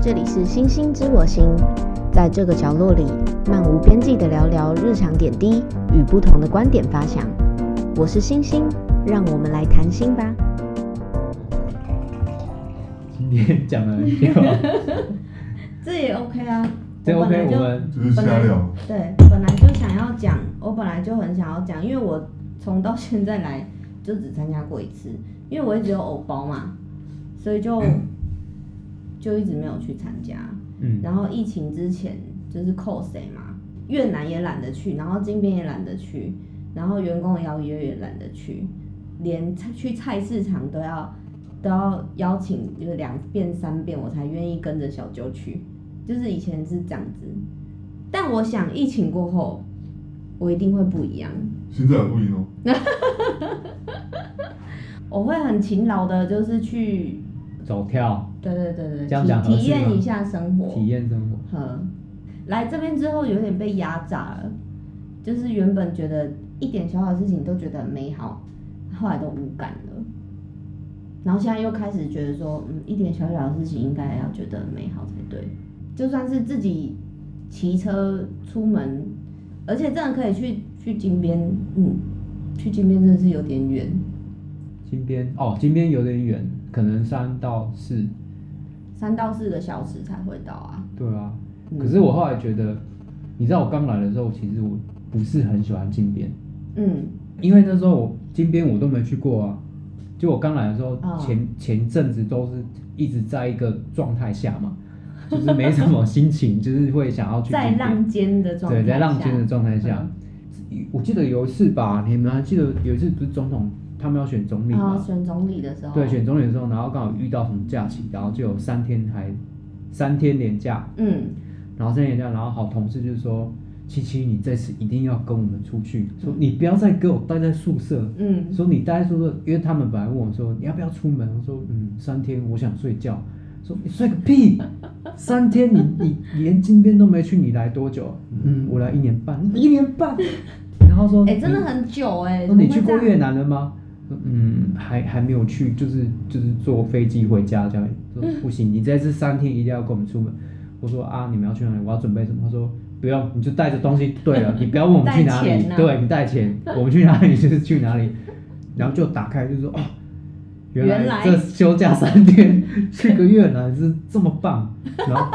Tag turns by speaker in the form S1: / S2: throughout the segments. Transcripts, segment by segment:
S1: 这里是星星知我心，在这个角落里，漫无边际的聊聊日常点滴与不同的观点发想。我是星星，让我们来谈心吧。
S2: 今天讲的没 有，
S1: 这也 OK 啊，
S2: 这 OK，我们
S3: 就是瞎聊，
S1: 对，本来就想要讲，我本来就很想要讲，因为我从到现在来就只参加过一次，因为我一直有偶包嘛，所以就就一直没有去参加。
S2: 嗯，
S1: 然后疫情之前就是扣谁嘛，越南也懒得去，然后金边也懒得去，然后员工的邀约也懒得去，连菜去菜市场都要都要邀请，就是两遍三遍我才愿意跟着小舅去，就是以前是这样子，但我想疫情过后，我一定会不一样，
S3: 现在有录音哦。
S1: 我会很勤劳的，就是去，
S2: 走跳
S1: 对对对对，
S2: 这样讲
S1: 体
S2: 合
S1: 体
S2: 适吗
S1: 验一下生活，
S2: 体验生活，
S1: 嗯，来这边之后有点被压榨了，就是原本觉得一点小小事情都觉得很美好，后来都无感了。然后现在又开始觉得说，嗯，一点小小的事情应该要觉得很美好才对。就算是自己骑车出门，而且真的可以去去金边，嗯，去金边真的是有点远，
S2: 金边哦，金边有点远，可能三到四，
S1: 三到四个小时才会到啊。
S2: 对啊。
S1: 嗯
S2: 可是我后来觉得，你知道我刚来的时候，其实我不是很喜欢金边，
S1: 嗯，
S2: 因为那时候我金边我都没去过啊。就我刚来的时候，
S1: 哦
S2: 前前阵子都是一直在一个状态下嘛，就是没什么心情，就是会想要去金
S1: 在
S2: 边。
S1: 浪尖的状态
S2: 对，
S1: 下，嗯
S2: 在浪尖的状态下，我记得有一次吧，你们还记得有一次不是总统他们要选总理
S1: 然后
S2: 吗？
S1: 哦选总理的时候，
S2: 对，选总理的时候，然后刚好遇到什么假期，然后就有三天还三天连假，
S1: 嗯，
S2: 然后三天连假，然后好同事就说：“七七，你这次一定要跟我们出去，说你不要再给我待在宿舍。”
S1: 嗯
S2: 说你待在宿舍，因为他们本来问我说你要不要出门，我说嗯，三天我想睡觉。说你睡个屁，三天你你你连金边都没去，你来多久？嗯，我来一年半，一年半。然后说，
S1: 哎、真的
S2: 你
S1: 很久哎、
S2: 说你去过
S1: 怎么会这样
S2: 越南了吗？说嗯，还还没有去，就是就是坐飞机回家这样。说不
S1: 嗯
S2: 行，你这次三天一定要跟我们出门。我说啊，你们要去哪里？我要准备什么？他说不用，你就带着东西。对啊了，你不要问我们去哪
S1: 带
S2: 里，
S1: 钱啊
S2: 对你带钱，我们去哪里就是去哪里。然后就打开就说哦，原
S1: 原
S2: 来
S1: 来
S2: 这休假三天去个越南是这么棒。然后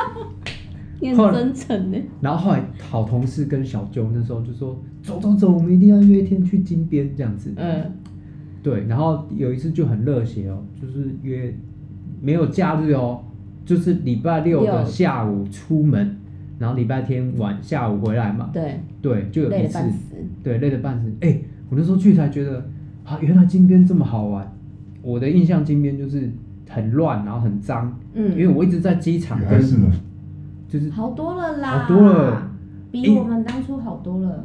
S1: 你很真诚哎、
S2: 然后后来好同事跟小舅那时候就说走走走，我们一定要约一天去金边这样子。
S1: 嗯，
S2: 对，然后有一次就很热血哦，就是约没有假日哦，就是礼拜六的
S1: 六
S2: 下午出门，然后礼拜天晚下午回来嘛。
S1: 对，
S2: 对，就有
S1: 累
S2: 一
S1: 得
S2: 次
S1: 半，死，
S2: 对，累得半死。哎、我那时候去才觉得，啊，原来金边这么好玩。我的印象金边就是很乱，然后很脏，因为
S1: 嗯，
S2: 我一直在机场
S3: 也还
S2: 跟
S3: 是呢，
S2: 就是
S1: 好多了啦，
S2: 好多了，
S1: 比我们当初好多了。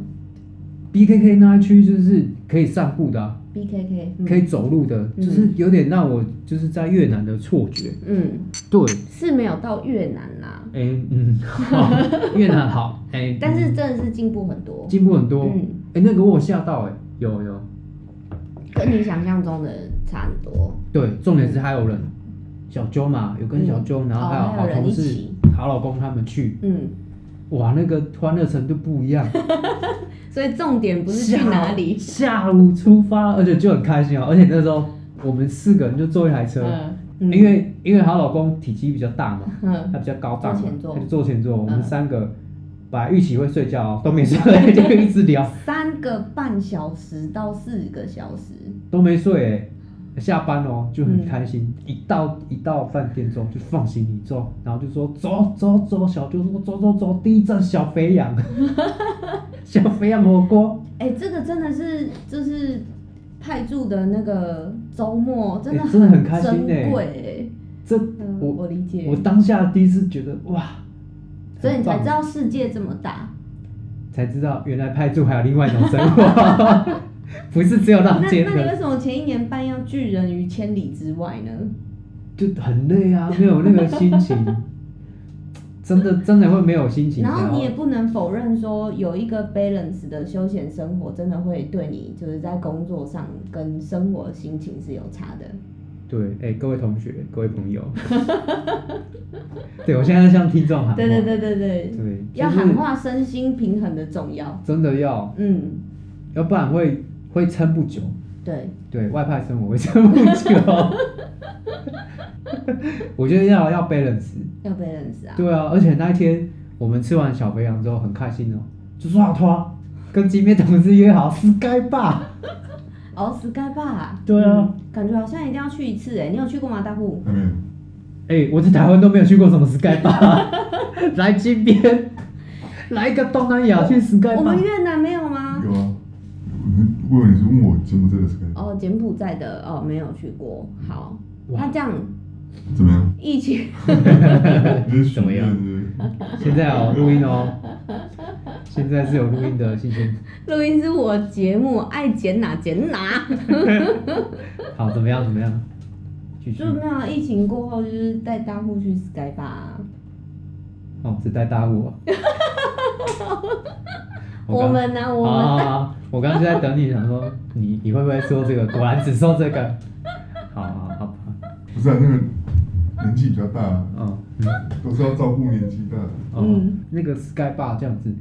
S2: BKK 那一区就是可以散步的啊、
S1: B K K，嗯
S2: 可以走路的，就是有点让我就是在越南的错觉。
S1: 嗯，
S2: 对，
S1: 是没有到越南啦，
S2: 哎、嗯， 好，越南好，哎、
S1: 但是真的是进步很多，
S2: 进步很多。哎、
S1: 嗯，
S2: 那个我有吓到、哎，有有，
S1: 跟你想象中的差很多，
S2: 对，重点是还有人，小揪嘛，有跟小揪，然后还有
S1: 哦还有
S2: 好
S1: 人
S2: 同
S1: 一
S2: 事
S1: 起、
S2: 好老公他们去，
S1: 嗯，
S2: 哇，那个欢乐程度不一样。
S1: 所以重点不是去哪 里，
S2: 下午出发，而且就很开心哦。而且那时候我们四个人就坐一台车，
S1: 嗯嗯
S2: 因为因为她老公体积比较大嘛，
S1: 嗯，
S2: 他比较高大嘛
S1: 坐前，座
S2: 他就坐前座。我
S1: 嗯
S2: 们三个本来预期会睡觉哦，都没睡， 就一直聊。
S1: 三个半小时到四个小时，
S2: 都没睡、欸，下班哦就
S1: 嗯
S2: 很开心，一到一到饭店之后就放行李之后，然后就说走走走，小舅说走走走，第一站小肥 羊，小肥羊火锅，
S1: 哎、这个真的是就是派驻的那个周末，真的
S2: 哎真的很开心
S1: 珍
S2: 哎
S1: 贵、
S2: 这
S1: 嗯，
S2: 我
S1: 我理解
S2: 我，当下第一次觉得哇，
S1: 所以你才
S2: 很棒
S1: 知道世界这么大。
S2: 才知道原来派驻还有另外一种生 活，不是只有
S1: 那
S2: 浪
S1: 那
S2: 尖
S1: 你为
S2: 的，
S1: 什么前一年半要拒人于千里之外呢？
S2: 就很累啊，没有那个心情， 真的真的会没有心情，
S1: 然后你也不能否认说，有一个 balance 的休闲生活，真的会对你就是在工作上跟生活心情是有差的。
S2: 对，哎、各位同学，各位朋友，对我现在向听众喊话，
S1: 对对对对对，
S2: 对，
S1: 要
S2: 就是
S1: 喊话，身心平衡的重要。
S2: 真的要，
S1: 嗯，
S2: 要不然会会撑不久。
S1: 对，
S2: 对外派生活会撑不久， 我觉得要要 balance。
S1: 要 balance 啊。
S2: 对啊，而且那一天我们吃完小肥羊之后很开心哦，就说好拖啊，跟金面同事约好 Sky 吧。
S1: 哦，Sky Bar。
S2: 对啊
S1: 嗯，感觉好像一定要去一次哎，你有去过吗，大户？
S3: 还没有，
S2: 哎、我在台湾都没有去过什么 Sky 吧， 来金边，来一个东南亚去 Sky
S1: 我
S2: 吧
S1: 们。越南没有吗？
S3: 有啊。我问你是问我柬埔寨的 Sky
S1: 哦，柬埔寨的哦，没有去过。好，
S2: 哇
S1: 那这样
S3: 怎么样？
S1: 疫情
S3: 你是
S2: 怎么样
S3: 许愿 是
S2: 现在哦，录音哦，现在是有录音的，谢谢。
S1: 录音是我节目，爱剪哪剪 哪。
S2: 好，怎么样？怎么样？继续
S1: 就。没有疫情过后，就是带大户去 Sky Bar 啊。
S2: 哦，只带大 雾、啊。
S1: 我
S2: 刚
S1: 们呢、我们、
S2: 啊，我刚刚就在等你，想说你你会不会说这个？果然只说这个。好好好吧，
S3: 不是？不是啊，那个年纪比较大，啊
S2: 嗯嗯
S3: 都是要照顾年纪大的。
S2: 哦
S1: 嗯，
S2: 那个 Sky Bar 这样子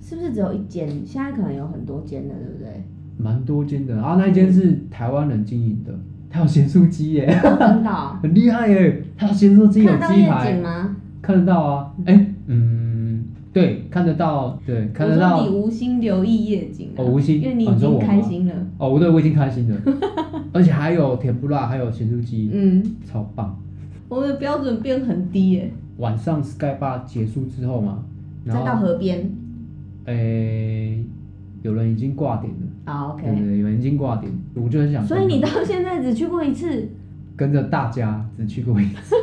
S1: 是不是只有一间？现在可能有很多间的，对不 对？
S2: 蛮多间的，啊，那一间是台湾人经营的，它有咸酥鸡耶，
S1: 哦真的哦、
S2: 很厉害耶，它有咸酥鸡有
S1: 看到
S2: 鸡
S1: 夜景
S2: 排，
S1: 吗？
S2: 看得到啊，哎、嗯，对，看得到，对，看得
S1: 我
S2: 到
S1: 说你。无心留意夜景、啊，
S2: 哦无心
S1: 因为你
S2: 哦
S1: 已
S2: 你说
S1: 经
S2: 我吗
S1: 开心了。
S2: 哦，对，我已经开心了， 而且还有甜不辣，还有咸酥鸡，
S1: 嗯，
S2: 超棒。
S1: 我的标准变很低耶。
S2: 晚上 Sky Bar 结束之后嘛，然
S1: 再到
S2: 后
S1: 河边。
S2: 诶、有人已经挂点了，
S1: 好
S2: 对对
S1: ，OK。
S2: 对，有人已经挂点，我就很想跟，
S1: 所以你到现在只去过一次？
S2: 跟着大家只去过一 次，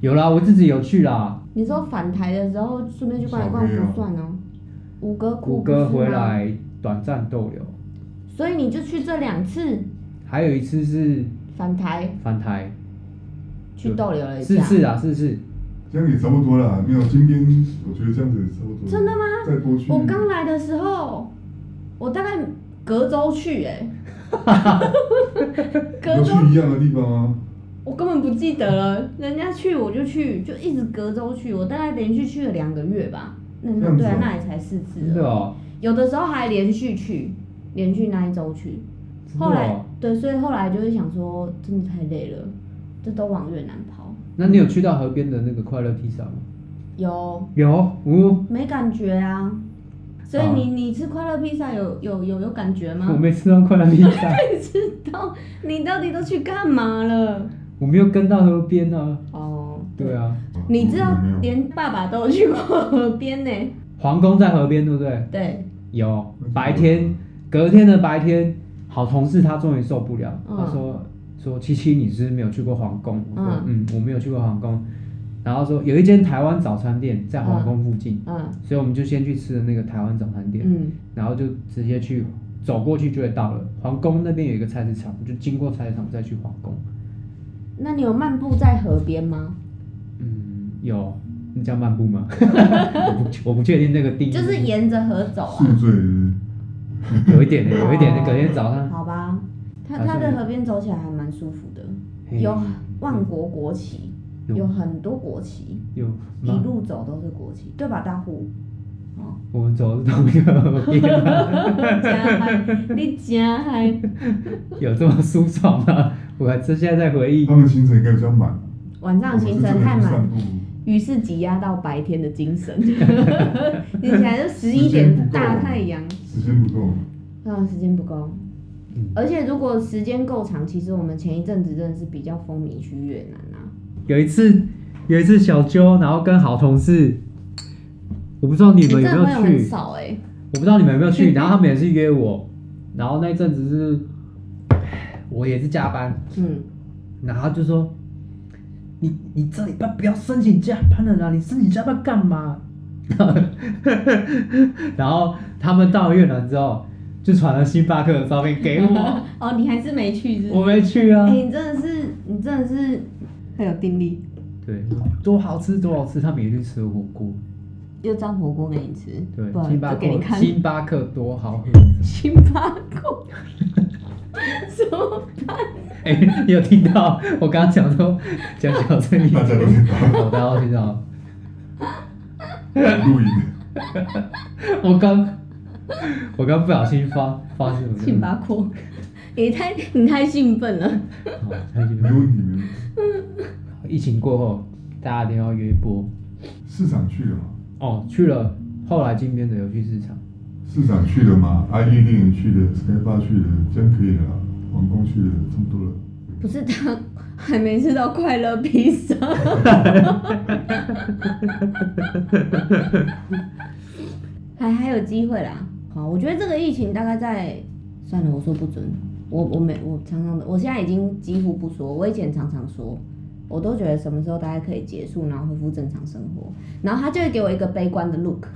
S2: 有啦，我自己有去啦，
S1: 你说返台的时候顺便去逛一逛不算哦，五哥
S2: 谷
S1: 窟不是
S2: 歌
S1: 吗
S2: 回，来短暂逗留，
S1: 所以你就去这两次
S2: 还有一次是
S1: 返台
S2: 翻台，
S1: 去逗留了一
S2: 是
S1: 下。
S2: 是啊，是是，
S3: 这样也差不多啦，没有今天我觉得这样子也差不多。
S1: 真的
S3: 吗？再多去，
S1: 我刚来的时候，我大概隔周去哎、隔周
S3: 都去一样的地方啊。
S1: 我根本不记得了，人家去我就去，就一直隔周去，我大概连续去了两个月吧。那
S3: 这样子
S1: 对啊
S3: 哦，
S1: 那也才四次
S2: 真的
S1: 而已，
S2: 哦，
S1: 有的时候还连续去，连续那一周去。
S2: 真的
S1: 后来
S2: 哦。
S1: 对，所以后来就是想说，真的太累了，就都往越南跑。
S2: 那你有去到河边的那个快乐披萨吗？
S1: 有
S2: 有，哦，
S1: 没感觉啊？所以
S2: 啊
S1: 你、你吃快乐披萨有有有有感觉
S2: 我
S1: 吗？
S2: 没吃到快乐披萨，
S1: 不知道你到底都去干嘛了？
S2: 我没有跟到河边啊。
S1: 哦，
S2: 对啊，
S1: 你知道
S3: 没有？
S1: 连爸爸都有去过河边呢。
S2: 皇宫在河边，对不对？
S1: 对，
S2: 有白天，隔天的白天，好同事他终于受不了，
S1: 嗯
S2: 他说说七七你是不是没有去过皇宫，我说嗯我没有去过皇宫，然后说有一间台湾早餐店在皇宫附近，
S1: 嗯
S2: 所以我们就先去吃了那个台湾早餐店，
S1: 嗯
S2: 然后就直接去走过去就会到了皇宫那边有一个菜市场，就经过菜市场再去皇宫，
S1: 那你有漫步在河边吗？
S2: 嗯有。那叫漫步吗？我不我不确定那个定义，
S1: 就是沿着河走
S3: 宿
S1: 啊。
S3: 醉是
S2: 有一点的，有一
S1: 哦
S2: 点的。隔天早上
S1: 好吧，它
S2: 还是
S1: 它的河边走起来还蛮舒服的，
S2: 嘿
S1: 有万国国旗，
S2: 有
S1: 有很多国旗，
S2: 有
S1: 一
S2: 吗
S1: 路走都是国旗，对吧，大户？ 哦，
S2: 我们走的是同一个河边，
S1: 真嗨，你真嗨！
S2: 有这么舒爽吗？我还这现在在回
S3: 不是
S2: 忆，
S3: 他们行程应该比较满，
S1: 晚上行程太
S3: 我们是真的去散
S1: 满，
S3: 步，
S1: 于是挤压到白天的精神。你起来就十一点，大太阳，
S3: 时间不够。
S1: 啊，时间不够。
S2: 嗯
S1: 而且如果时间够长，其实我们前一阵子真的是比较风靡去越南啊。
S2: 有一次有一次小揪，然后跟好同事，我不知道你们有没
S1: 这
S2: 有
S1: 朋友很
S2: 去，
S1: 少哎、
S2: 我不知道你们有没有去，然后他们也是约我，然后那一阵子是， 我也是加班，
S1: 嗯，
S2: 然后他就说，你你这礼拜不要申请加班了啦，你申请加班干嘛？ 然后他们到了越南之后，就传了星巴克的照片给 我，
S1: 哦，你还是没去是不
S2: 我
S1: 是？
S2: 没去啊
S1: 哎、。你真的是，你真的是很有定力，
S2: 对，多好吃多好吃，他们也去吃火锅。
S1: 又找火锅给你吃，
S2: 对
S1: 不，然
S2: 星巴
S1: 就给你
S2: 克，
S1: 看
S2: 星巴克多好喝。
S1: 星巴克。 什么？
S2: 哎、你有听到我刚刚讲说讲小声一
S3: 大家都
S2: 点，
S3: 听到了
S2: 好，大家都听到了。
S3: 录音，
S2: 我刚我刚不小心发发现我
S1: 杏巴阔，你太你太兴奋了。
S2: 好，太兴
S3: 没
S2: 奋
S3: 问题，没问题。
S2: 疫情过后，大家一定要约一波
S3: 市场去了吗？
S2: 哦。去了后来金边的游戏市场，
S3: 市场去了吗？ID 猎人去了，Sky Bar 去了，这样可以了啦。皇宫去了，差不多了。
S1: 不是他还没吃到快乐披萨，还还有机会啦。好，我觉得这个疫情大概在算了，我说不准，我我每我常常我现在已经几乎不说，我以前常常说，我都觉得什么时候大概可以结束，然后恢复正常生活，然后他就会给我一个悲观的 look，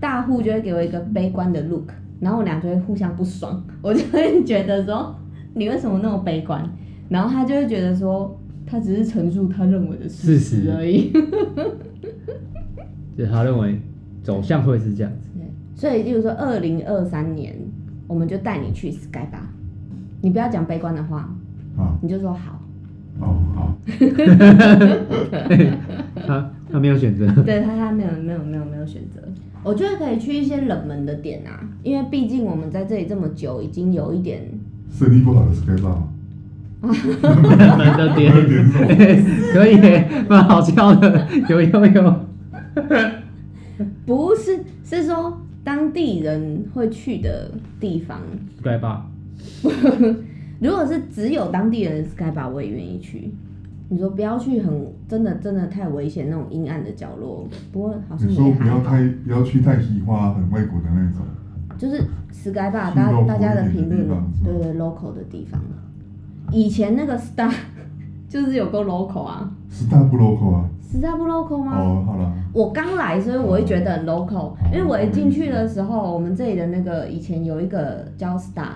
S1: 大户就会给我一个悲观的 look，然后我俩就会互相不爽，我就会觉得说你为什么那么悲观？然后他就会觉得说，他只是陈述他认为的
S2: 事
S1: 事实
S2: 实
S1: 而已。
S2: 就是他认为走向会是这样 子。
S1: 所以，例如说，二零二三年，我们就带你去 Sky 吧。你不要讲悲观的话，
S3: 啊，
S1: 你就说好。
S3: 哦，好，
S2: 他他没有选择，
S1: 对他，他没有没有没有没有选择。我觉得可以去一些冷门的点啊，因为毕竟我们在这里这么久，已经有一点
S3: 生意不好的 Sky Bar，
S2: 蛮的点
S3: 有点肉。
S2: 可以耶，蛮好笑的，有有有。
S1: 不是是说当地人会去的地方。
S2: 对吧？
S1: 如果是只有当地人的 Sky 吧，我也愿意去。你说不要去很真的真的太危险那种阴暗的角落，不过好像
S3: 你说
S1: 也
S3: 不
S1: 还
S3: 要
S1: 好。
S3: 太不要去太西化、很外国的那种。
S1: 就是 Sky 吧，
S3: 去
S1: 大
S3: local
S1: 大家的
S3: 一
S1: 评
S3: 点的地
S1: 论
S3: 方是，吧
S1: 对对 local 的地方。以前那个 Star 就是有够 local 啊
S3: 是大不 local 啊。
S1: ，Star 不 local 吗？
S3: 哦，好啦，
S1: 我刚来，所以我会觉得很 local，因为我一进去的时候，我们这里的那个以前有一个叫 Star，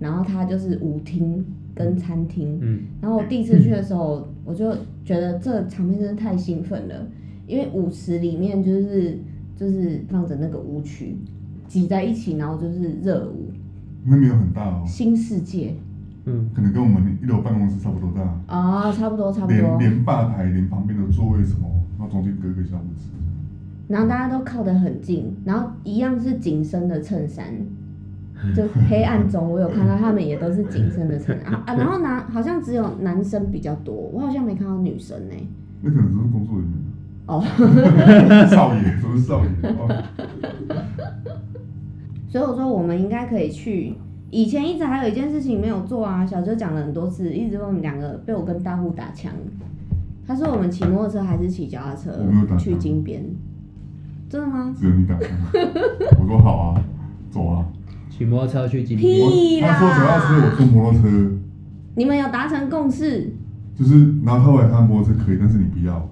S1: 然后它就是舞厅跟餐厅，
S2: 嗯，
S1: 然后我第一次去的时候，我就觉得这场面真的太兴奋了，因为舞池里面就是就是放着那个舞曲，挤在一起，然后就是热舞，
S3: 那没有很大哦，
S1: 新世界
S2: 嗯，
S3: 可能跟我们一楼办公室差不多大，
S1: 啊、差不多差不
S3: 连
S1: 多。
S3: 连吧台、连旁边的座位什么，然后中间隔一个小舞池。
S1: 然后大家都靠得很近，然后一样是紧身的衬衫，就黑暗中我有看到他们也都是紧身的 衬衫啊，啊然后男好像只有男生比较多，我好像没看到女生呢、
S3: 那可能都是工作人员
S1: 哦。
S3: 啊， 少爷都是少爷。哦
S1: 所以我说我们应该可以去。以前一直还有一件事情没有做啊，小周讲了很多次，一直问我们两个被我跟大户打枪。他说我们骑摩托车还是骑脚踏车
S3: 我没有打枪
S1: 去金边，真的吗？
S3: 只有你打枪。我说好啊，走啊。
S2: 骑摩托车去金边，
S1: 屁
S3: 我他说脚踏车，我说摩托车。
S1: 你们有达成共识？
S3: 就是拿他来按摩是可以，但是你不要。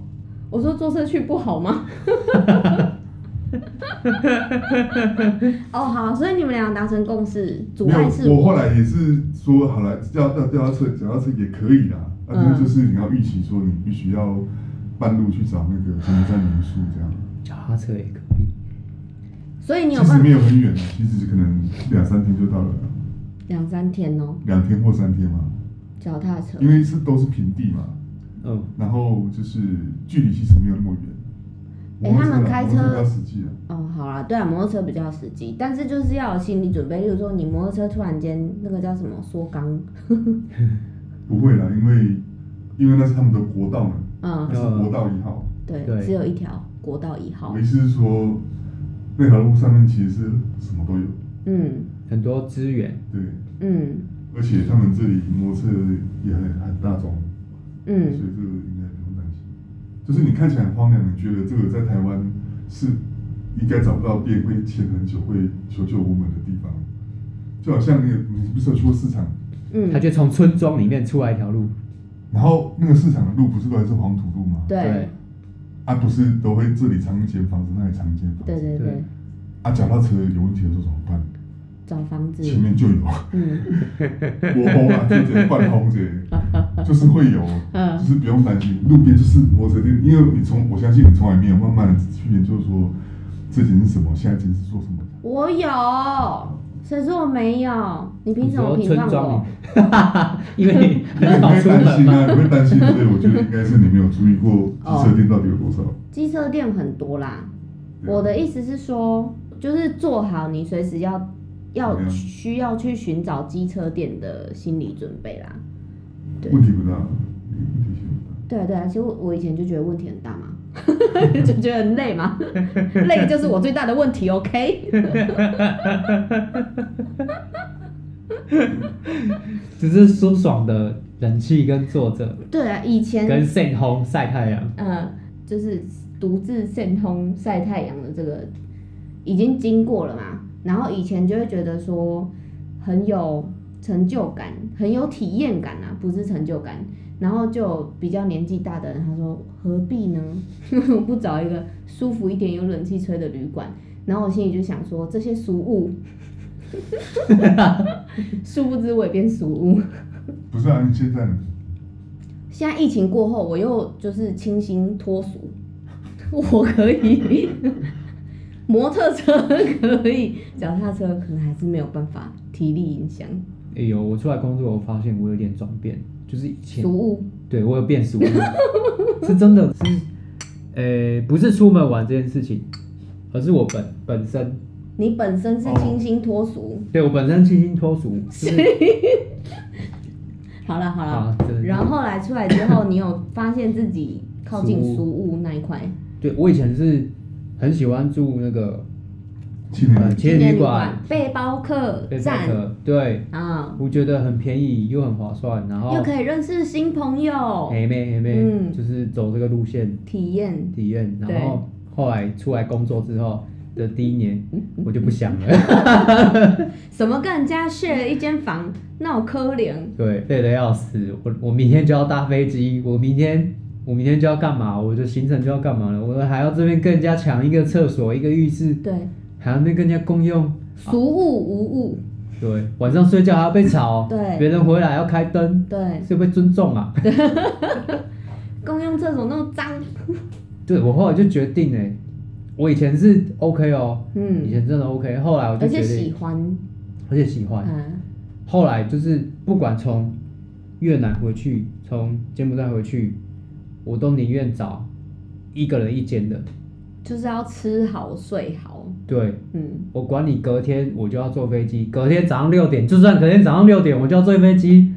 S1: 我说坐车去不好吗？ 哦，好，所以你们俩有达成共识，阻
S3: 没有
S1: 碍是，
S3: 我后来也是说好了，要要要车，脚踏车也可以啦。啊，
S1: 嗯
S3: 就是就是你要预期说你必须要半路去找那个柬埔寨民宿这样。
S2: 脚踏车也可以。
S1: 所以你有
S3: 其实
S1: 办
S3: 没有很远啊，其实可能两三天就到了，
S1: 两三天哦，
S3: 两天或三天嘛，
S1: 脚踏车
S3: 因为是都是平地嘛，
S2: 嗯，
S3: 然后就是距离其实没有那么远。
S1: 哎他们开车
S3: 摩托比较实际啊，
S1: 哦，好啦，对啊，摩托车比较实际，但是就是要有心理准备。例如说，你摩托车突然间那个叫什么缩缸，
S3: 不会啦，因为因为那是他们的国道嘛，
S1: 嗯
S3: 那，是国道一号。
S1: 对，
S2: 对
S1: 只有一条国道一号
S3: 我意，思是说，那条路上面其实是什么都有，
S1: 嗯
S2: 很多资源，
S3: 对，
S1: 嗯
S3: 而且他们这里摩托车也很很大众，所以
S1: 嗯，
S3: 这个应该不用担心。就是你看起来很荒凉，你觉得这个在台湾是应该找不到店会签很久、会求救无门的地方，就好像那个你不是有去过市场，
S2: 他
S1: 嗯，
S2: 就从村庄里面出来一条路，
S3: 然后那个市场的路不是都还是黄土路吗？
S1: 对，
S3: 啊，不是都会这里藏一间房子，那里藏一间房子，
S1: 对对对
S2: 对，
S3: 啊，脚踏车有问题的时候怎么办？
S1: 找房子，
S3: 前面就有。
S1: 嗯
S3: 我红啊，就这半红这， 就是会有，就
S1: 嗯
S3: 是不用担心。路边就是摩托车店，因为你从我相信你从来没有慢慢的去研究说这间是什么，下一间是做什么。
S1: 我有，谁说我没有？你凭
S2: 你
S1: 什么
S2: 说
S1: 评
S2: 村
S1: 判我
S2: 庄？里， 因为你
S3: 因为
S2: 很
S3: 你
S2: 少
S3: 会
S2: 出
S3: 担
S2: 门
S3: 心
S2: 嘛。
S3: 啊，你会担心，所以我觉得应该是你没有注意过机车店到底有多少。
S1: 机车店很多啦。
S3: 对
S1: 我的意思是说，就是做好你随时要
S3: 怎么
S1: 要
S3: 样
S1: 需要去寻找机车店的心理准备啦。对
S3: 问题不大，问题性不大。
S1: 对啊对啊，其实我我以前就觉得问题很大嘛， 就觉得很累嘛， 累就是我最大的问题。OK，
S2: 只是舒爽的冷气跟坐着，
S1: 对啊，以前
S2: 跟晒烘晒太阳。
S1: 呃，就是独自线通晒太阳的这个已经经过了嘛，然后以前就会觉得说很有成就感，很有体验感啊，不是成就感。然后就有比较年纪大的人，他说何必呢？ 不找一个舒服一点、有冷气吹的旅馆。然后我心里就想说，这些俗物， 殊不知我也变俗物。
S3: 不是啊，你现在呢
S1: 现在疫情过后，我又就是清新脱俗， 我可以，摩托车可以，脚踏车可能还是没有办法，体力影响。
S2: 哎呦，我出来工作，我发现我有点转变，就是以前
S1: 俗物
S2: 对我有变俗， 是真的是，呃、不是出门玩这件事情，而是我本本身，
S1: 你本身是清新脱俗，
S2: 对我本身清新脱俗，就是
S1: 好了好了，
S2: 啊，真的，
S1: 然后来出来之后，你有发现自己靠近
S2: 俗物
S1: 俗物那一块？
S2: 对我以前是很喜欢住那个
S3: 青年
S2: 呃
S3: 人
S2: 青年旅馆，
S1: 背包客
S2: 对那
S1: 站
S2: 个对，
S1: 啊，
S2: 我觉得很便宜又很划算，然后
S1: 又可以认识新朋友，
S2: 黑妹黑妹，
S1: 嗯
S2: 就是走这个路线
S1: 体验
S2: 体验，
S1: 对
S2: 然后后来出来工作之后的第一年，我就不想了，
S1: 什么跟人家 share 一间房，那我可怜。
S2: 对，累得要死，我我明天就要搭飞机，我明天我明天就要干嘛，我的行程就要干嘛了，我还要这边跟人家抢一个厕所一个浴室，
S1: 对，
S2: 还要那边跟人家共用，
S1: 俗物无物，
S2: 对，晚上睡觉还要被吵，哦
S1: 对
S2: 别人回来要开灯，
S1: 对，
S2: 是被尊重啊。
S1: 公用厕所那么脏，
S2: 对我后来就决定哎、我以前是 OK 哦，以
S1: 嗯，
S2: 前真的 OK，后来我就
S1: 而且
S2: 决
S1: 喜
S2: 定，
S1: 欢，
S2: 而且喜欢。
S1: 嗯，
S2: 后来就是不管从越南回去，从柬埔寨回去，我都宁愿找一个人一间的。
S1: 就是要吃好睡好，
S2: 对
S1: 嗯，
S2: 我管你隔天我就要坐飞机，隔天早上六点，就算隔天早上六点我就要坐飞机，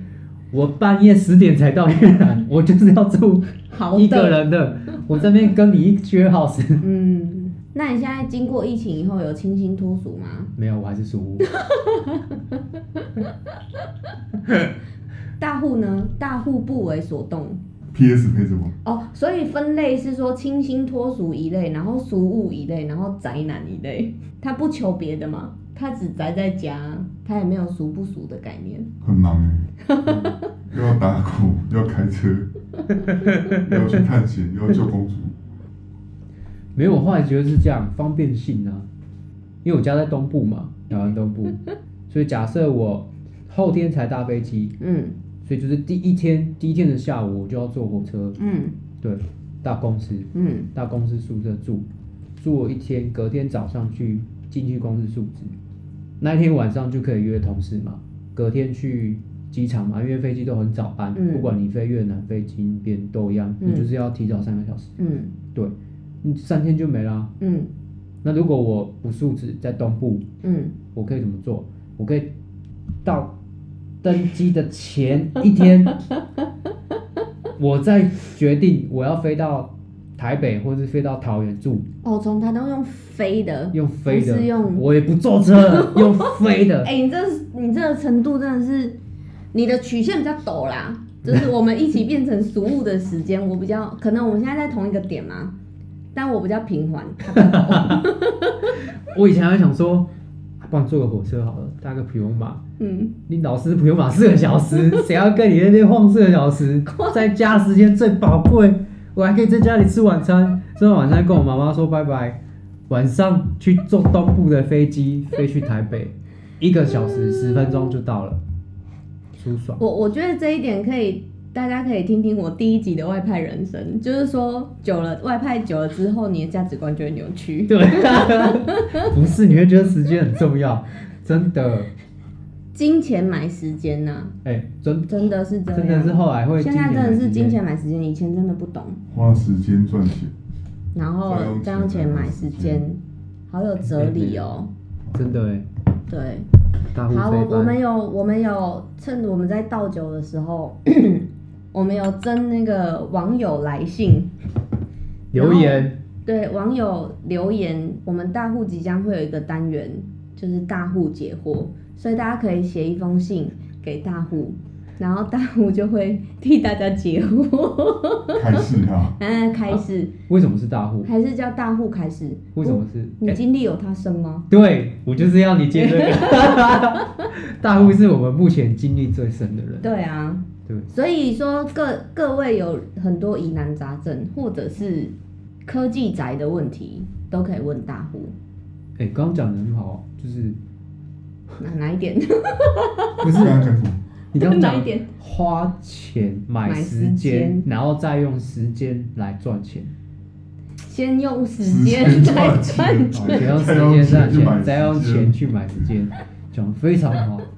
S2: 我半夜十点才到越南，我就是要住
S1: 好
S2: 一个
S1: 的，
S2: 人的。我这边跟你一 share house，
S1: 嗯，那你现在经过疫情以后有清新脱俗吗？
S2: 没有，我还是属屋。
S1: 大户呢？大户不为所动。
S3: PS 配着我，
S1: 哦，所以分类是说清新脱俗一类，然后俗物一类，然后宅男一类。他不求别的嘛，他只宅在家，他也没有俗不俗的概念。
S3: 很忙哎、又要打鼓，又要开车， 又要去探险，又要救公主。
S2: 没有，我后来觉得是这样，方便性啊，因为我家在东部嘛，台湾东部，所以假设我后天才搭飞机，
S1: 嗯
S2: 所以就是第一天第一天的下午我就要坐火车，
S1: 嗯
S2: 对，到公司，
S1: 嗯，
S2: 到公司宿舍住，住了一天，隔天早上去进去公司宿舍，那一天晚上就可以约同事嘛，隔天去机场嘛，因为飞机都很早班，
S1: 嗯
S2: 不管你飞越南、飞金边都一样，
S1: 嗯
S2: 你就是要提早三个小时，
S1: 嗯
S2: 对，你三天就没啦、
S1: 嗯
S2: 那如果我不述职在东部，
S1: 嗯，
S2: 我可以怎么做？我可以到登机的前一天，我再决定我要飞到台北，或是飞到桃园住，
S1: 哦，从台东用飞的，
S2: 用飞的
S1: 不是，用
S2: 我也不坐车，用飞的。
S1: 哎、你这你这个程度真的是，你的曲线比较陡啦。就是我们一起变成俗物的时间，我比较可能我们现在在同一个点嘛，但我比较平缓，他比较陡
S2: 我以前还想说，啊不然坐个火车好了，搭个普悠玛。
S1: 嗯，
S2: 你老师普悠玛四个小 时，谁要跟你那边晃四个小时？在家时间最宝贵，我还可以在家里吃晚餐，吃完晚餐跟我妈妈说拜拜，晚上去坐东部的飞机飞去台北，一个小时十分钟就到了，舒爽。
S1: 我我觉得这一点可以，大家可以听听我第一集的外派人生，就是说久了外派久了之 后，你的价值观就会扭曲。
S2: 对，不是你会觉得时间很重要，真的，
S1: 金钱买时间呐、
S2: 哎、真
S1: 真的是这样。
S2: 真的是后来会
S1: 现在真的是
S2: 金
S1: 金
S2: 钱
S1: 钱买时间，以前真的不懂，
S3: 花时间赚钱，
S1: 然后再
S3: 再
S1: 用钱
S3: 用钱
S1: 买
S3: 买
S1: 时
S3: 时
S1: 间
S3: 间，
S1: 好有哲理哦、
S2: 真的哎、
S1: 对，
S2: 大户
S1: 好，我
S2: 飞
S1: 我们
S2: 班，
S1: 有我们有趁我们在倒酒的时候， 我们有征那个网友来信，
S2: 留言
S1: 对网友留言，我们大户即将会有一个单元，就是大户解惑，所以大家可以写一封信给大户，然后大户就会 替大家解惑。
S3: 开始啊！
S1: 嗯，开始
S2: 为什么是大户？
S1: 还是叫大户开始？
S2: 为什么是？
S1: 你
S2: 哎
S1: 经历有他深吗？
S2: 对我就是要你接这个。大户是我们目前经历最深的人，
S1: 对啊，
S2: 对，
S1: 所以说各各位有很多疑难杂症，或者是科技宅的问题，都可以问大户。
S2: 哎、刚刚讲的很好，就是
S1: 哪哪一点？
S2: 不是
S3: 刚刚讲什么？
S2: 你刚刚
S1: 哪一
S2: 讲
S1: 点
S2: 花钱买
S1: 买时
S2: 时间
S1: 间，
S2: 然后再用时间来赚钱，
S1: 先用时间
S3: 时间
S1: 再
S3: 赚
S1: 赚钱。
S3: 钱对
S2: 先用时
S3: 再用
S2: 间赚
S3: 钱
S2: 钱，再用
S3: 去买时间
S2: 钱去买时间，讲得非常好。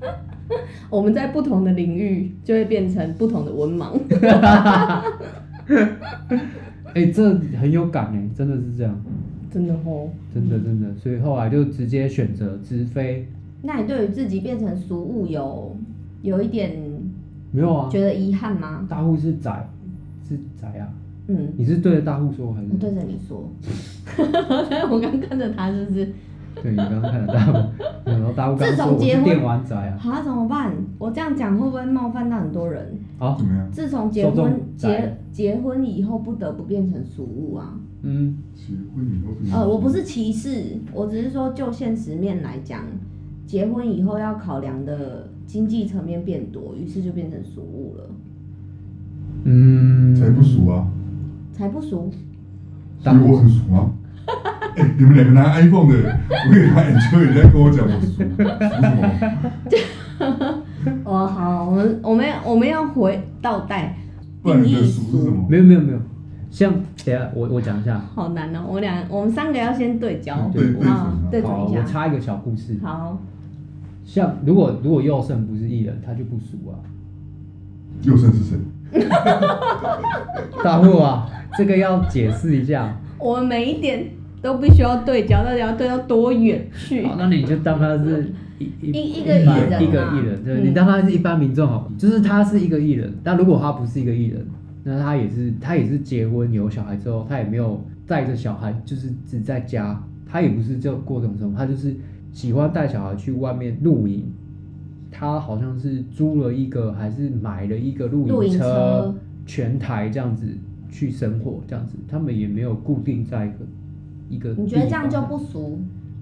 S1: 我们在不同的领域就会变成不同的文盲。
S2: 哎、这很有感哎、真的是这样，
S1: 真的哦。
S2: 真的真的，所以后来就直接选择直飞，
S1: 那你对于自己变成俗物有有一点
S2: 没有啊，
S1: 觉得遗憾吗？
S2: 大户是宅，是宅啊，
S1: 嗯，
S2: 你是对着大户说还是
S1: 我？对着你说， 但我刚看着他是不是？
S2: 对你刚刚看到大户，然后大户刚
S1: 自
S2: 刚说我
S1: 从结
S2: 是
S1: 婚
S2: 电玩宅啊，
S1: 好、啊，怎么办？我这样讲会不会冒犯到很多人？
S2: 好，
S3: 怎么样？
S1: 自从结
S2: 受
S1: 婚
S2: 众
S1: 结
S2: 宅
S1: 结婚以后，不得不变成俗物啊。
S2: 嗯，
S3: 结婚以后不能
S1: 呃，我不是歧视，我只是说就现实面来讲，结婚以后要考量的经济层面变多，于是就变成俗物了，
S2: 嗯，
S3: 才不熟啊，
S1: 才不俗。
S3: 所以我很熟啊。 哎、你们两个拿 iPhone 的，我给他 enjoy，人家跟我讲我熟，熟什么？
S1: 哦，好，我们我们我们要回倒带
S3: 不
S1: 定
S3: 然你
S1: 义
S3: 的熟是什
S1: 俗，
S3: 么？
S2: 没有没有没有，像等一下我我讲一下，
S1: 好难哦。我俩我们三个要先对焦，
S3: 嗯对对准
S1: 啊
S3: 啊，
S1: 对准
S2: 好，我
S1: 一下。
S2: 插一个小故事，
S1: 好，
S2: 像如果如果佑胜不是艺人，他就不熟啊，
S3: 右胜是谁？
S2: 大户啊，这个要解释一下，
S1: 我们每一点都必须要对焦，到底要对到多远去
S2: 哦好，？那你就当他是一
S1: 一一个
S2: 一般
S1: 艺人啊
S2: 一个艺人，对，
S1: 嗯
S2: 你当他是一般民众好，就是他是一个艺人。但如果他不是一个艺人，那他也是他也是结婚有小孩之后，他也没有带着小孩，就是只在家，他也不是就过这种生活，他就是喜欢带小孩去外面露营。他好像是租了一个还是买了一个露
S1: 露营
S2: 营
S1: 车
S2: 车，全台这样子去生活，这样子他们也没有固定在一个一个地方。
S1: 你觉得这样就不俗？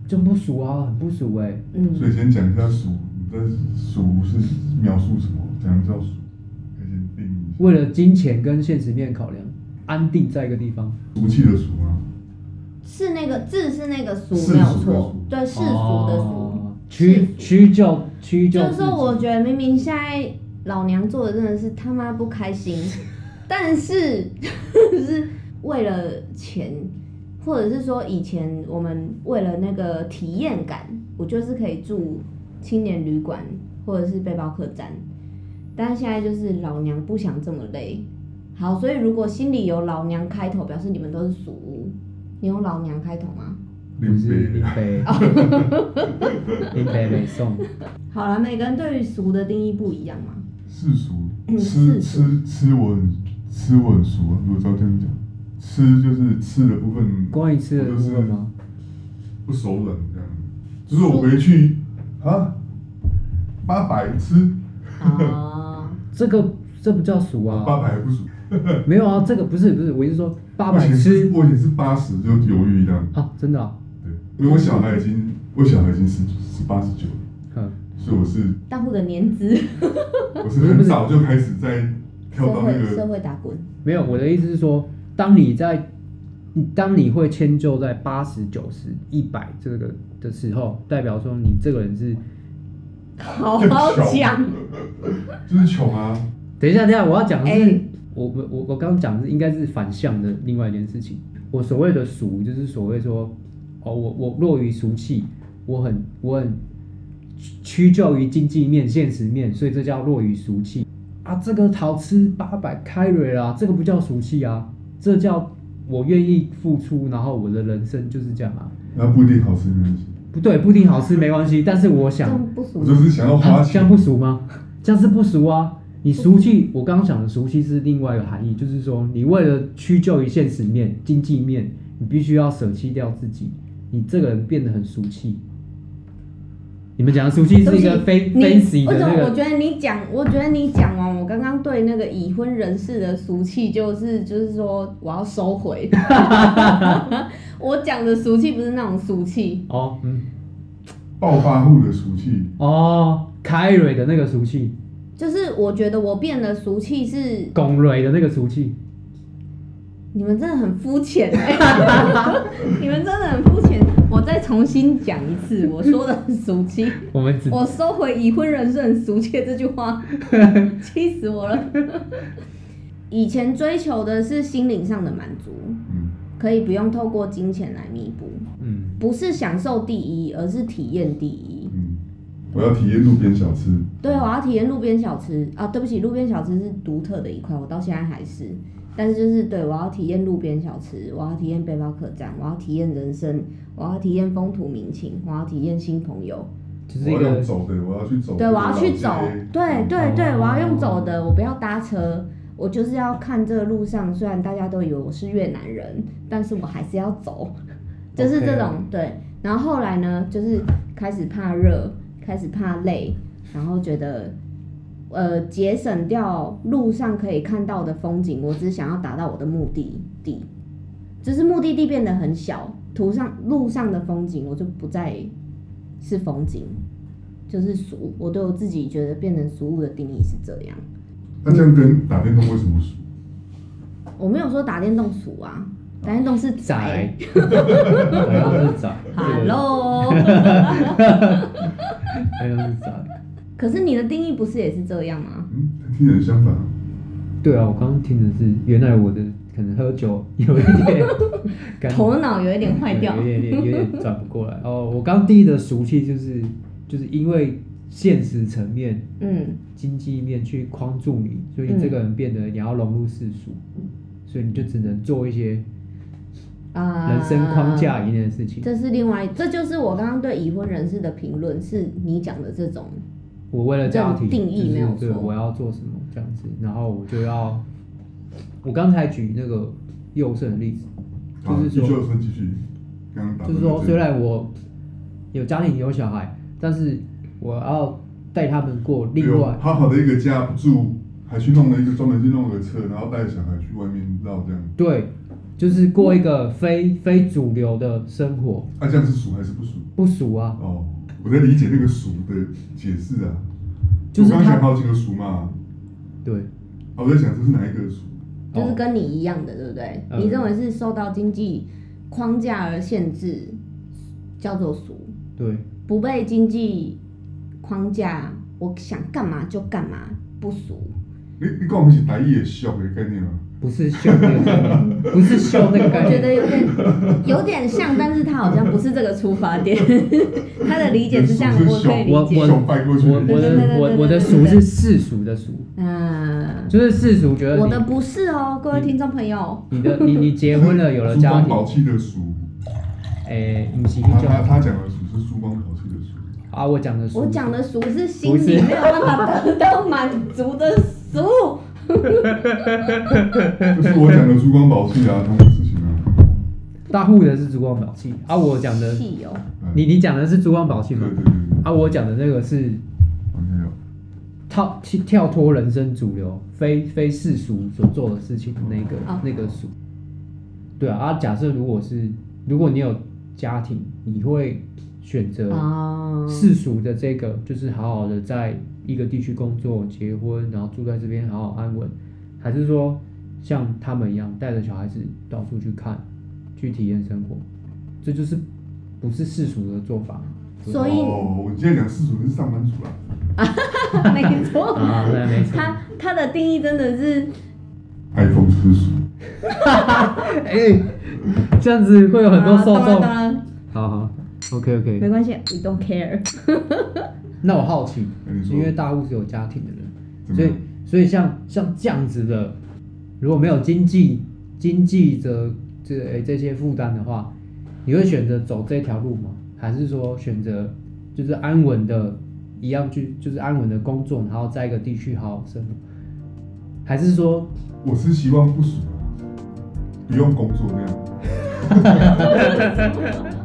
S2: 就不熟啊，很不熟哎、
S1: 嗯，
S3: 所以先讲一下熟，你的熟是描述什么？怎样叫熟？可以先定义一下。
S2: 为了金钱跟现实面考量，安定在一个地方。
S3: 俗气的俗啊，
S1: 是那个字是那个俗
S3: 世俗
S1: 没有
S3: 的
S1: 错
S3: 俗，
S1: 对世俗的俗
S2: 哦。
S1: 世
S2: 屈
S1: 俗
S2: 屈就屈就
S1: 就是
S2: 自己
S1: 说，我觉得明明现在老娘做的真的是他妈不开 心，但是 就是为了钱，或者是说以前我们为了那个体验感，我就是可以住青年旅馆或者是背包客栈，但现在就是老娘不想这么累。好，所以如果心里有老娘开头，表示你们都是俗物。你用老娘开头吗？
S2: 不是
S3: 林
S2: 林北，
S3: 北
S2: 林北北送
S1: 好了，每个人对于俗的定义不一样嘛。
S3: 世俗
S1: 嗯，世
S3: 吃
S1: 俗
S3: 吃吃我很吃我很熟啊，如果照这样讲，吃就是吃的部分
S2: 关于吃的部分吗？
S3: 不熟人这样，就是我回去啊，八百吃
S1: 哦，
S2: 这个这不叫熟啊，
S3: 八百不熟，
S2: 没有啊，这个不是不是，我是说八百
S3: 我以前是
S2: 吃
S3: 我以前是八十就犹豫这样，
S2: 啊，真的啊，
S3: 对，因为我小孩已经我小孩已经十十八十九了，
S2: 嗯，
S3: 所以我是
S1: 大户的年资，
S3: 我是很早就开始在跳
S1: 社
S3: 到那
S1: 会
S3: 个
S1: 社会打滚，
S2: 没有，我的意思是说，当你在你当你会迁就在八十九十一百这个的时候，代表说你这个人是
S1: 好好讲。
S3: 就是穷啊，
S2: 等一下，等一下，我要讲的是，
S1: 哎
S2: 我我我我刚刚讲的是应该是反向的另外一件事情。我所谓的俗，就是所谓说，哦，我我落于俗气，我很我很屈就于经济面、现实面，所以这叫落于俗气啊。这个好吃八百开瑞啦，这个不叫俗气啊，这叫我愿意付出，然后我的人生就是这样啊。
S3: 那不一定好吃没关系，
S2: 不对，不一定好吃没关系，但是我
S1: 这
S2: 想
S1: 样不俗
S3: 我。就是想要花
S2: 啊这
S3: 钱
S2: 样。不俗吗？这样是不俗啊！你俗气，我刚刚讲的俗气是另外一个含义，就是说你为了屈就于现实面、经济面，你必须要舍弃掉自己，你这个人变得很俗气。你们讲的俗气是一个非
S1: 你
S2: 非 a
S1: 我
S2: 的
S1: 怎
S2: 那
S1: 么？我
S2: 个，
S1: 觉得你讲，我觉得你讲完，我刚刚对那个已婚人士的俗气，就是就是说我要收回。 我讲的俗气不是那种俗气，
S2: 哦，嗯，
S3: 暴发户的俗气，
S2: 哦，凯瑞的那个俗气，
S1: 就是我觉得我变得俗气是
S2: 拱蕊的那个俗气，
S1: 你们真的很肤浅欸 你们真的很肤浅。我再重新讲一次，我说的很俗 气，
S2: 我们只
S1: 我收回已婚人士很俗气这句话， 气死我了。 以前追求的是心灵上的满足，
S3: 嗯，
S1: 可以不用透过金钱来弥补，
S2: 嗯，
S1: 不是享受第一，而是体验第一。
S3: 嗯，我要体验路边小吃，
S1: 对，我要体验路边小吃啊！对不起，路边小吃是独特的一块，我到现在还是。但是就是对我要体验路边小吃，我要体验背包客栈，我要体验人生，我要体验风土民情，我要体验新朋友。
S2: 就是
S3: 我
S2: 一
S3: 要用
S2: 个
S3: 走的，我要去走，
S1: 对，我要去走。对对对，
S2: 哦
S1: 我要用走的，我不要搭车。我就是要看这个路上，虽然大家都以为我是越南人，但是我还是要走，就是这种
S2: OK
S1: 对。然后后来呢，就是开始怕热，开始怕累，然后觉得，呃，节省掉路上可以看到的风景，我只想要达到我的目的地，就是目的地变得很小，途上路上的风景我就不再是风景，就是俗。我对我自己觉得变成俗物的定义是这样。
S3: 那这样跟打电动为什么熟？
S1: 我没有说打电动俗啊，打电动是宅。
S2: 窄， 然后是 窄，这个
S1: Hello，
S2: 还有是窄。
S1: 可是你的定义不是也是这样吗？
S3: 嗯，听起来相反啊。
S2: 对啊，我刚刚听的是，原来我的可能喝酒有一 点感
S1: 头脑有一点坏掉
S2: 对。有点有点有点转不过来。哦，我刚第一的俗气就是就是因为现实层面、
S1: 嗯，
S2: 经济面去框住你，所以你这个人变得你要融入世俗，所以你就只能做一些
S1: 啊、
S2: 人生框架以内的事情。
S1: 这是另外，这就是我刚刚对已婚人士的评论，是你讲的这种，
S2: 我为了家
S1: 这
S2: 庭，
S1: 种定义没有
S2: 就是对
S1: 错
S2: 我要做什么这样子，然后我就要，我刚才举那个右胜的例子，
S3: 好，
S2: 就是说
S3: 必须要分继续。刚刚打
S2: 就是说，虽然我有家庭有小孩，但是我要带他们过另外
S3: 有好好的一个家不住，还去弄了一个专门去弄了个车，然后带小孩去外面绕这样，
S2: 对，就是过一个非非主流的生活，
S3: 啊，这样是熟还是不熟？
S2: 不俗啊。
S3: 哦，我在理解那个熟的解释啊。
S2: 就是
S3: 我刚讲
S2: 他
S3: 好几个熟嘛，
S2: 对，
S3: 啊，我在想这是哪一个熟？
S1: 就是跟你一样的，对不对？
S2: 哦嗯
S1: 你认为是受到经济框架而限制，叫做俗，
S2: 对，
S1: 不被经济框架，我想干嘛就干嘛，不俗。
S3: 你你跟我们一起打一也笑的概念吗？啊
S2: 不是秀那个概念，不是秀那个
S1: 我
S2: 概
S1: 觉
S2: 念。
S1: 得有点有点像，但是他好像不是这个出发点， 他的理解是这样，
S3: 就是
S1: 我可以理
S2: 我
S1: 解。
S3: 笑掰过去，
S2: 我我
S1: 对对对
S2: 的我我的
S1: 对对
S2: 俗是世俗的俗，
S1: 嗯，
S2: 就是世俗觉得
S1: 我的
S2: 你
S1: 不是哦，各位听众朋友，
S2: 你的你你结婚了有了家
S3: 珠光宝
S2: 庭，
S3: 气的熟，
S2: 哎，你喜
S3: 他他
S2: 叫
S3: 他讲的熟是珠光宝气的熟，
S2: 啊，我讲的俗，
S1: 我讲的俗是心
S2: 不
S1: 里
S2: 是
S1: 没有办法得到满足的俗。
S3: 嗯就是我讲的珠光宝气啊，同个事情啊。
S2: 大户的是珠光宝气啊，我讲的
S1: 气哦，
S3: 嗯
S2: 你你讲的是珠光宝气
S3: 对
S2: 吗
S3: 对？对对，
S2: 啊，我讲的那个是
S3: 好像有。
S2: 跳跳脱人生主流，非非世俗所做的事情的那个、
S1: 哦
S2: 那个俗。对啊，啊，假设如果是如果你有家庭，你会选择
S1: 哦，
S2: 世俗的这个，就是好好的在一个地区工作、结婚，然后住在这边好好安稳，还是说像他们一样带着小孩子到处去看，去体验生活？这就是不是世俗的做法。
S1: 所以
S3: 哦，我今天讲世俗是上班族啊啦，
S1: 没错，
S2: 啊，对，没错。
S1: 他他的定义真的是
S3: 爱风世俗。
S2: 哎、 这样子会有很多
S1: 啊
S2: 受
S1: 懂了
S2: 众
S1: 懂。了，
S2: 好好，OK OK，
S1: 没关系，we don't care。
S2: 那我好奇
S3: 那你，说
S2: 因为大户是有家庭的人，
S3: 怎么
S2: 所以
S3: 样？
S2: 所以像像这样子的，如果没有经济经济的这、诶这些负担的话，你会选择走这条路吗？还是说选择就是安稳的，一样去就是安稳的工作，然后在一个地区好好生活？还是说
S3: 我是希望不熟啊，不用工作那样。